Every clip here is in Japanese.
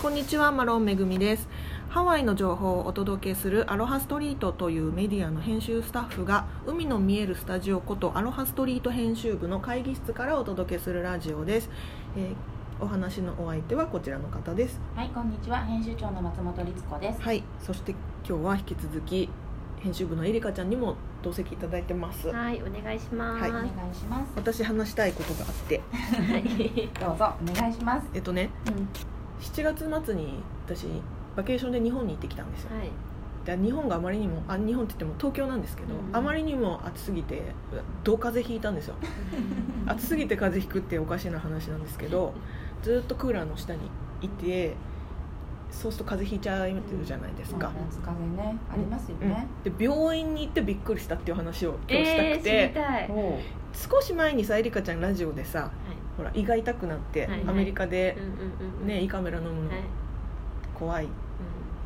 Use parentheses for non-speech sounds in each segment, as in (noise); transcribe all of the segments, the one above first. こんにちはマロンめぐみですハワイの情報をお届けするアロハストリートというメディアの編集スタッフが海の見えるスタジオことアロハストリート編集部の会議室からお届けするラジオです、えーお話のお相手はこちらの方ですはい、こんにちは。編集長の松本律子です。はいそして今日は引き続き編集部のえりかちゃんにも同席いただいてますはい、お願いします。ははいい、お願はいします。私話したいことがあってい、どうぞお願いします。えっとねうん、 7月末に私バケーションで日本に行ってきたんですよで日本があまりにもあ日本って言っても東京なんですけど、うんあまりにも暑すぎてど風邪ひいたん (laughs) ですよ暑すぎて風邪ひくっておかしな話なんですけどずっとクーラーの下にいてそうすると風邪ひいちゃうじゃないですか、夏風邪ね、ありますよね。で病院に行ってびっくりしたっていう話を (laughs) 今日したえー、く知てり、たい。おう少し前にさえりかちゃんラジオでさほら胃が痛くなって、はいアメリカでうん、うんうん。ね、胃カメラ飲むのはい。怖いっ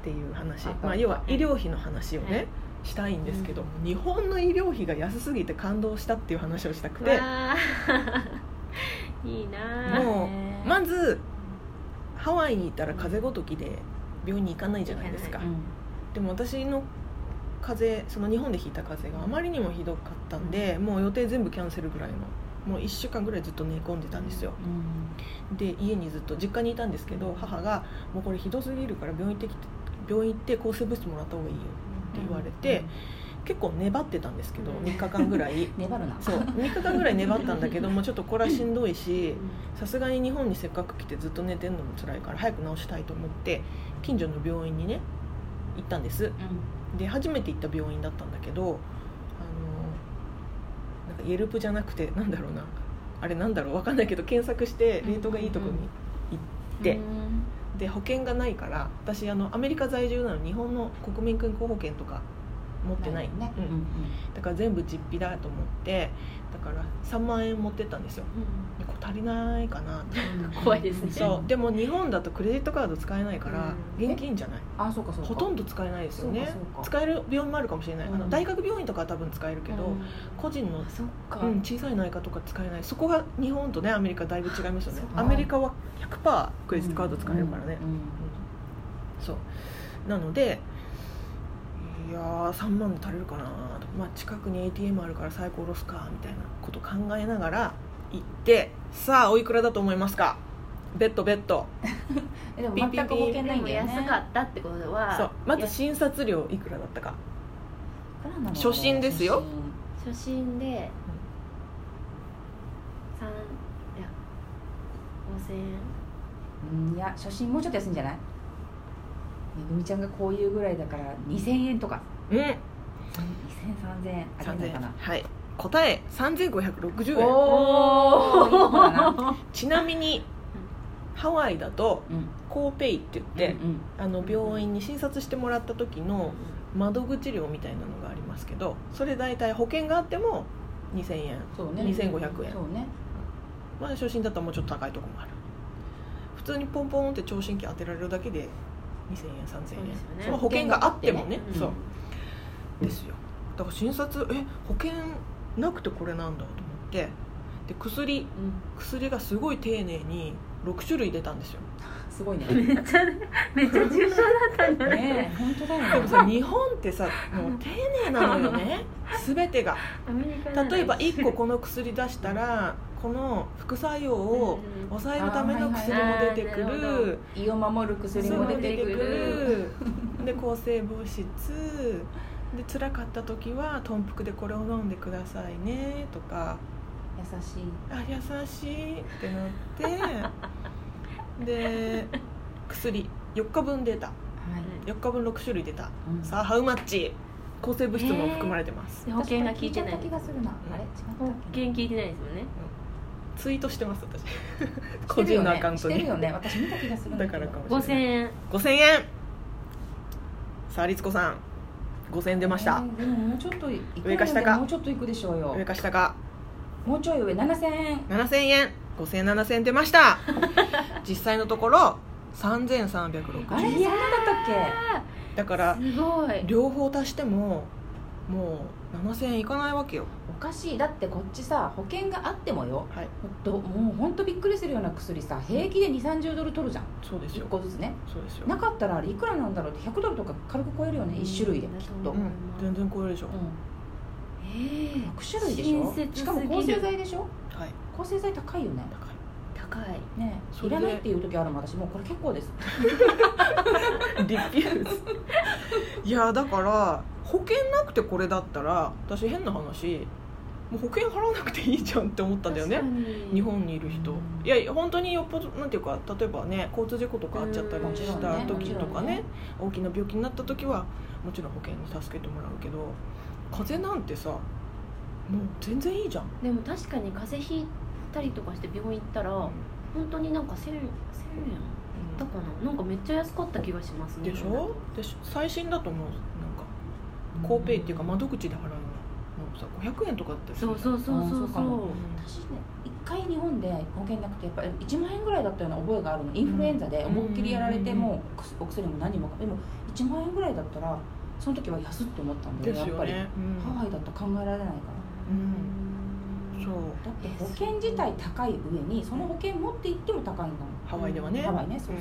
ていう話、あまあ、はい要は医療費の話をね、はいしたいんですけど、う日本の医療費が安すぎて感動したっていう話をしたくうん、てわー (laughs) いいなもうねまずハワイに行ったら風邪ごときで病院に行かないじゃないですか、行うんでも私の風邪その日本で引いた風邪があまりにもひどかったんで、もう予定全部キャンセルぐらいのもう1週間ぐらいずっと寝込んでたんですようんで家にずっと実家にいたんですけど母が「もうこれひどすぎるから病院行ってきて病院行って抗生物質もらった方がいいよ」って言われて、結構粘ってたんですけどうん3日間ぐら (laughs) いうん粘るな。そう3日間ぐらい粘ったんだけどもうちょっとこれはしんどいしうんさすがに日本にせっかく来てずっと寝てるのも辛いから早く治したいと思って近所の病院にね行ったんですうんで初めて行った病院だったんだけどあのなんかイェルプじゃなくてなんだろうなあれなんだろうわかんないけど検索してレートがいいとこに、うんうんでうんで保険がないから私あのアメリカ在住なのに日本の国民健康保険とか持ってないね。ううんんだから全部実費だと思ってだから3万円持ってったんですよでこれ足りないかなってうん怖いですねそうでも日本だとクレジットカード使えないからうん現金じゃないあ、そうかそうか。ほとんど使えないですよねそうかそうか使える病院もあるかもしれないあうのん大学病院とかは多分使えるけうどん個人のあ、そっか。うん、小さい内科とか使えないそこが日本とねアメリカだいぶ違いますよねそうアメリカは100%クレジットカード使えるからね、うんうんそうなのでいやー3万で足りるかなと、まあ、近くに ATM あるから最高ロスかみたいなこと考えながら行ってさあおいくらだと思いますかベッドベッドえでも全く保険でないんもだよね。安かったってことは、そうまずや診察料いくらだったかいくらなの初心ですよ。初心で三いや五千円。初心うんいや、初心もうちょっと安いんじゃない？めぐみちゃんがこういうぐらいだから2000円とか。うん2000、3000円あげ3000るかな円。はい答え3560円おーいい方だなちなみにハワイだとうんコーペイって言って、うんあの病院に診察してもらった時の窓口料みたいなのがありますけどそれ大体保険があっても2000円、そうね2500円そうねまあ、初診だったらもうちょっと高いとこもある普通にポンポンって聴診器当てられるだけで2000円3000そうですよ円ねその保険があってもねうんそうですよだから診察え保険なくてこれなんだと思ってで薬うん薬がすごい丁寧に6種類出たんですよすごいねめっちゃめっちゃ重症だったんじゃない？ね本当だでよもねさ日本ってさもう丁寧なのよ (laughs) ね全てが (laughs) アメリカなのに例えば1個この薬出したら (laughs) この副作用を抑えるための薬も出てくあーはいはいる胃を守る薬薬もも出出ててくくるるで抗生物質で辛かった時は「豚腹でこれを飲んでくださいね」とか優しい「あ優しい」ってな (laughs) ってで薬4日分出たはい4日分6種類出たうんさあハウマッチ抗生物質も含まれてます、で保険が効いてない確かに聞いた気がするなうんあれ違った保っけ険効いてないですもんねツイートしてます私して個るよ人のねアカウントしてに、るよね私見た気がするんだけかどらかもし5000れない円5000円さあ律子さん5000円出ましたえ、ーでももうちょっといく上か下かもうちょっといくでしょうよ上か下かもうちょい上7000円7000円5000円7000円出ました (laughs) 実際のところ3360あれそんなだったっだからすごい両方足してももう7000円いかないわけよおかしいだってこっちさ保険があってもよはいどもうほんとびっくりするような薬さ平気で2 3 0ドル取るじゃんそうですよ1個ずつねそうですよ、なかったらあれいくらなんだろうって100ドルとか軽く超えるよね1種類でうんきっだと、とう、うん思ん全然超えるでしょ、ええ6種類でし親ょ切すぎるしかも抗生剤でしょはい抗生剤高いよね高い高いねそいれでらないっていう時あるもん私もうこれ結構ですリピュ (laughs) ーズいやだから保険なくてこれだったら私変な話もう保険払わなくていいじゃんって思ったんだよね確かに日本にいる人いやいや本当によっぽどなんていうか例えばね交通事故とかあっちゃったりした時とかね大きな病気になった時はもちろん保険に助けてもらうけど風邪なんてさもう全然いいじゃんでも確かに風邪ひいたりとかして病院行ったら本当になんか1000 1000円だったかななんかめっちゃ安かった気がしますねでしょでし最新だともうなんかコーペイっていうか窓口で払うのもうさ500円とかだってそうそうそうそあーそううかそうも私ね一回日本で保険なくてやっぱ1万円ぐらいだったような覚えがあるのインフルエンザで思いっきりやられてうんもうお薬も何もでも1万円ぐらいだったらその時は安っと思ったんだでよねやすっよぱりね、ハワイだと考えられないからうん、そうだって保険自体高い上にその保険持って行っても高いんだもんハワイではねハワイねそうう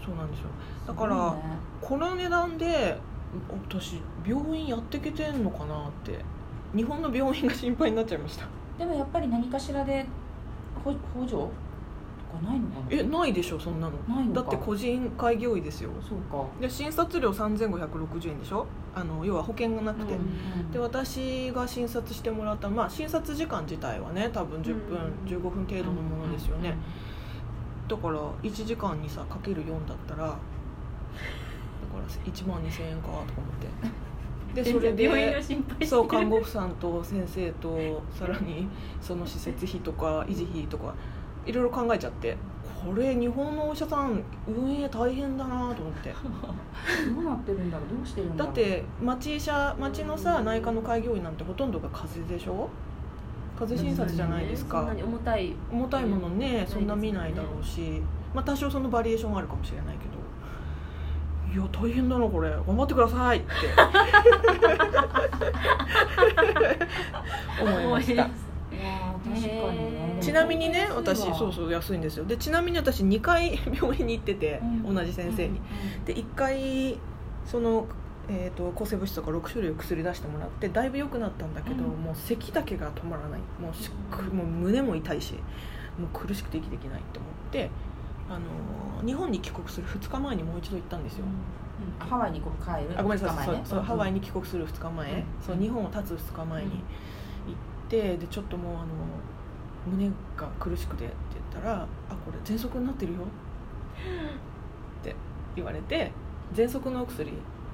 そんそうなんですようだからこの値段で私病院やってけてんのかなって日本の病院が心配になっちゃいました (laughs) でもやっぱり何かしらで補補助とかないのかなえないでしょそんなのないのだかって個人開業医ですよそうか、で診察料3560円でしょあの要は保険がなくて、うんで私が診察してもらった、まあ、診察時間自体はね多分10分、うん15分程度のものですよね、だから1時間にさかける4だった (laughs) らだから1万2000円かとか思 (laughs) ってでそれ病院ので心配してるそう看護婦さんと先生とさらにその施設費とか維持費とかいろいろ考えちゃってこれ日本のお医者さん運営大変だなと思ってどうなってるんだろうどうしてるんだだろっうて町医者町のさ内科の開業医なんてほとんどが風邪でしょ風邪診察じゃないですそんかなに重たい重たいものねんそんな見ないだろうし、まあ、多少そのバリエーションはあるかもしれないけどいや大変だなこれ頑張ってくださいって思いましたいやー確かにねへーちなみにねでも私そうそう安いんですよでちなみに私2回病院に行ってて、うん同じ先生に、で1回その、えー、と抗生物質とか6種類薬出してもらってだいぶ良くなったんだけど、うんもう咳だけが止まらないもうしっくもう胸も痛いしもう苦しくて息できないと思って、あのー日本に帰国する2日前にもう一度行ったんですよ、うんハワイにこう帰るあごめんな二さい、そう日前ねそうハワイに帰国する2日前、うんそう日本を立つ2日前に行って、でちょっともうあの胸が苦しくてって言ったら「あこれ喘息になってるよ」って言われて喘息のお薬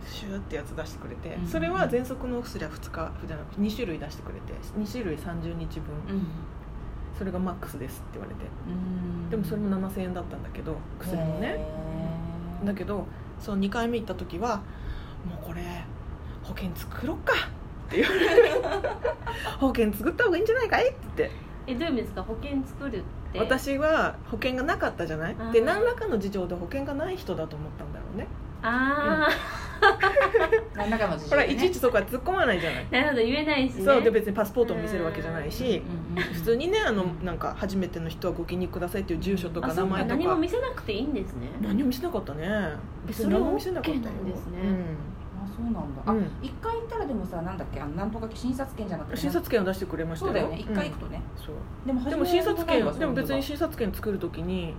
シューってやつ出してくれて、うんそれは喘息のお薬は2日じゃなくて2種類出してくれて2種類30日分、うんそれがマックスですって言われてうんでもそれも7000円だったんだけど薬もね、へーだけどその2回目行った時はもうこれ保険作ろっかって言われて保険作った方がいいんじゃないかいって (laughs) えどういう意味ですか保険作るって私は保険がなかったじゃないうんで何らかの事情で保険がない人だと思ったんだろうねああ、何らかの事ほ情らでねいちいちそこは突っ込まないじゃない、なるほど言えないしねそうで別にパスポートを見せるわけじゃないしうんうんうん普通にねあのなんか初めての人はご記入くださいっていう住所とあかそ名うか前と何もか見せなくていいんですね何も見せなかったね別そにれ何はも見せなかったよ OK なんですねあそうなんだうあんうん一回行ったらでもさなんだっけあのなんとか診察券じゃなくて診察券を出してくれましたそうだよね一回行くととねそうでもで初もめ診は察覚え券がないわでも別にそう診察券作るときに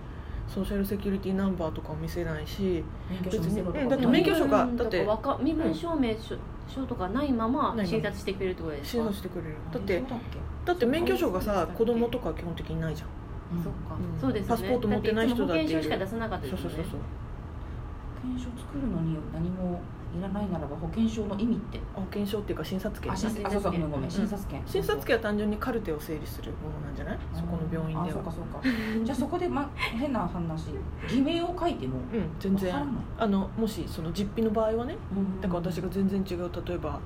ソーシャルセキュリティナンバーとかも見せないしいうのが免許う証見せろとんだって免許証かがうんだってとかわか身分証明書,、証とかないまなまいまま診察してくれるってことです診か察してくれるあだっそてうだっけだって免許証がさそう子供とか基本的にないじゃんうんそっか、うんそうですねパスポート持ってない人だってだっていつも保険証しか出さなかったですそうよねそうそうそう保険証作るのに何もいらないならば保険証の意味ってあ保険証っていうか診察券あね診察あそうそうごめんごめうんん診察 (laughs) 券診察券は単純にカルテを整理するものなんじゃないそこの病院あでそうか (laughs) はそうかじゃあそこで、ま、変な話偽名を書いてもうん全わから然ないあのもしその実費の場合はねうんだから私が全然違う例えば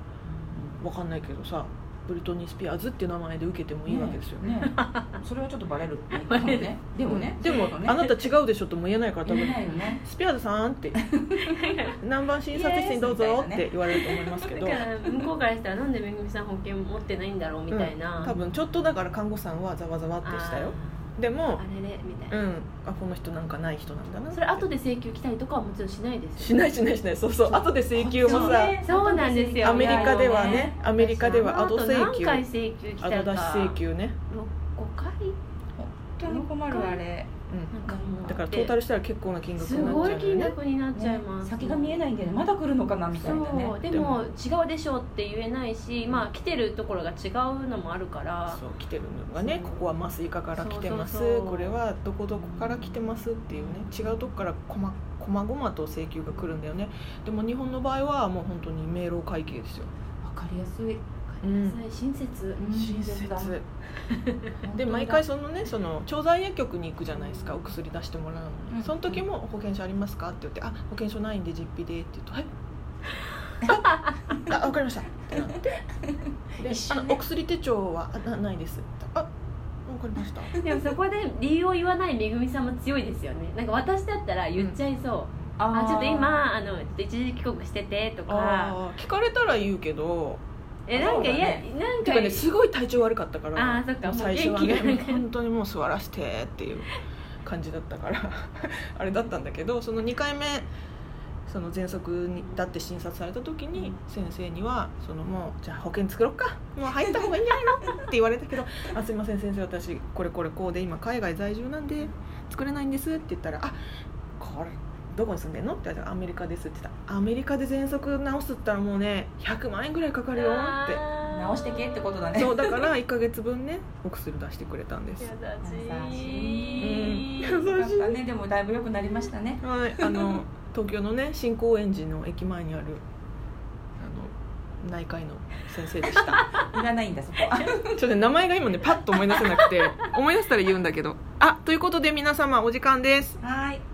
わかんないけどさブリトニー・スピアーズっていう名前で受けてもいいわけですよねねそれはちょっとバレるっていうねでもねでも、そうだあなねた違うでしょとも言えないから多言え分ないよねスピアーズさん (laughs) って何番診察室にどうぞって言われると思いますけだ (laughs) ど、から向こうからしたらなんでめぐみさん保険持ってないんだろうみたいな、うん多分ちょっとだから看護師さんはざわざわってしたよであーもあれでみたいうな、んあこの人なんかない人なんだなそれ後で請求来たりとかはもちろんしないですしよねないしないしないそうそう後で請求もさそうなんですよアメリカではねアメリカではあ後と請何求回請求来た後か出し請求ね、六五回本当に困るあれうなんかもん、うだからトータルルしたら結構な金額すになっちゃうごよいね金額になっちゃいます、ね先が見えないんだよねまだ来るのかなみたいなねそうでも違うでしょうって言えないし、まあ、来てるところが違うのもあるからそう来てるのがねそこうこは麻酔科から来てますそうそうそうこれはどこどこから来てますっていうね違うとこからこまこまごまと請求が来るんだよねでも日本の場合はもう本当に明朗会計ですよ、わかりやすいうん親切うん親親切だ切本当でだ毎回そのねその調剤薬局に行くじゃないですかお薬出してもらうのに、うんその時も「保険証ありますか?」って言って「あ保険証ないんで実費で」って言うと「(laughs) えああ分かりました」ってなって (laughs) で一あ瞬の「おね薬手帳はあなないです」あわかりました」 (laughs) でもそこで理由を言わないめぐみさんも強いですよねなんか私だったら言っちゃいそう、あちょっと今あのちょっと一時帰国しててとかあー聞かれたら言うけどえなんかいや、そなんてかかねすごい体調悪かったからあーそっかもう最初は元気がなねい本当にもう座らせてっていう感じだったから (laughs) あれだったんだけどその2回目その喘息にだって診察された時に先生にはそのもうじゃあ保険作ろうかもう入った方がいいんじゃないのって言われたけど (laughs) 「あすいません先生私これこれこうで今海外在住なんで作れないんです」って言ったら「あこれどこに住んでんの?」って言われたら「アメリカです」って言ったら「アメリカで喘息治すって言ったらもうね100万円ぐらいかかるよ」って直してけってことだね (laughs) そうだから1か月分ねお薬出してくれたんです優優ししいいうんよかったねでもだいぶ良くなりましたねはいあの (laughs) 東京のね新高円寺の駅前にあるあの内科医の先生でしたいらないんだそこはちょっとね名前が今ねパッと思い出せなくて思い出したら言うんだけどあということで皆様お時間ですはーい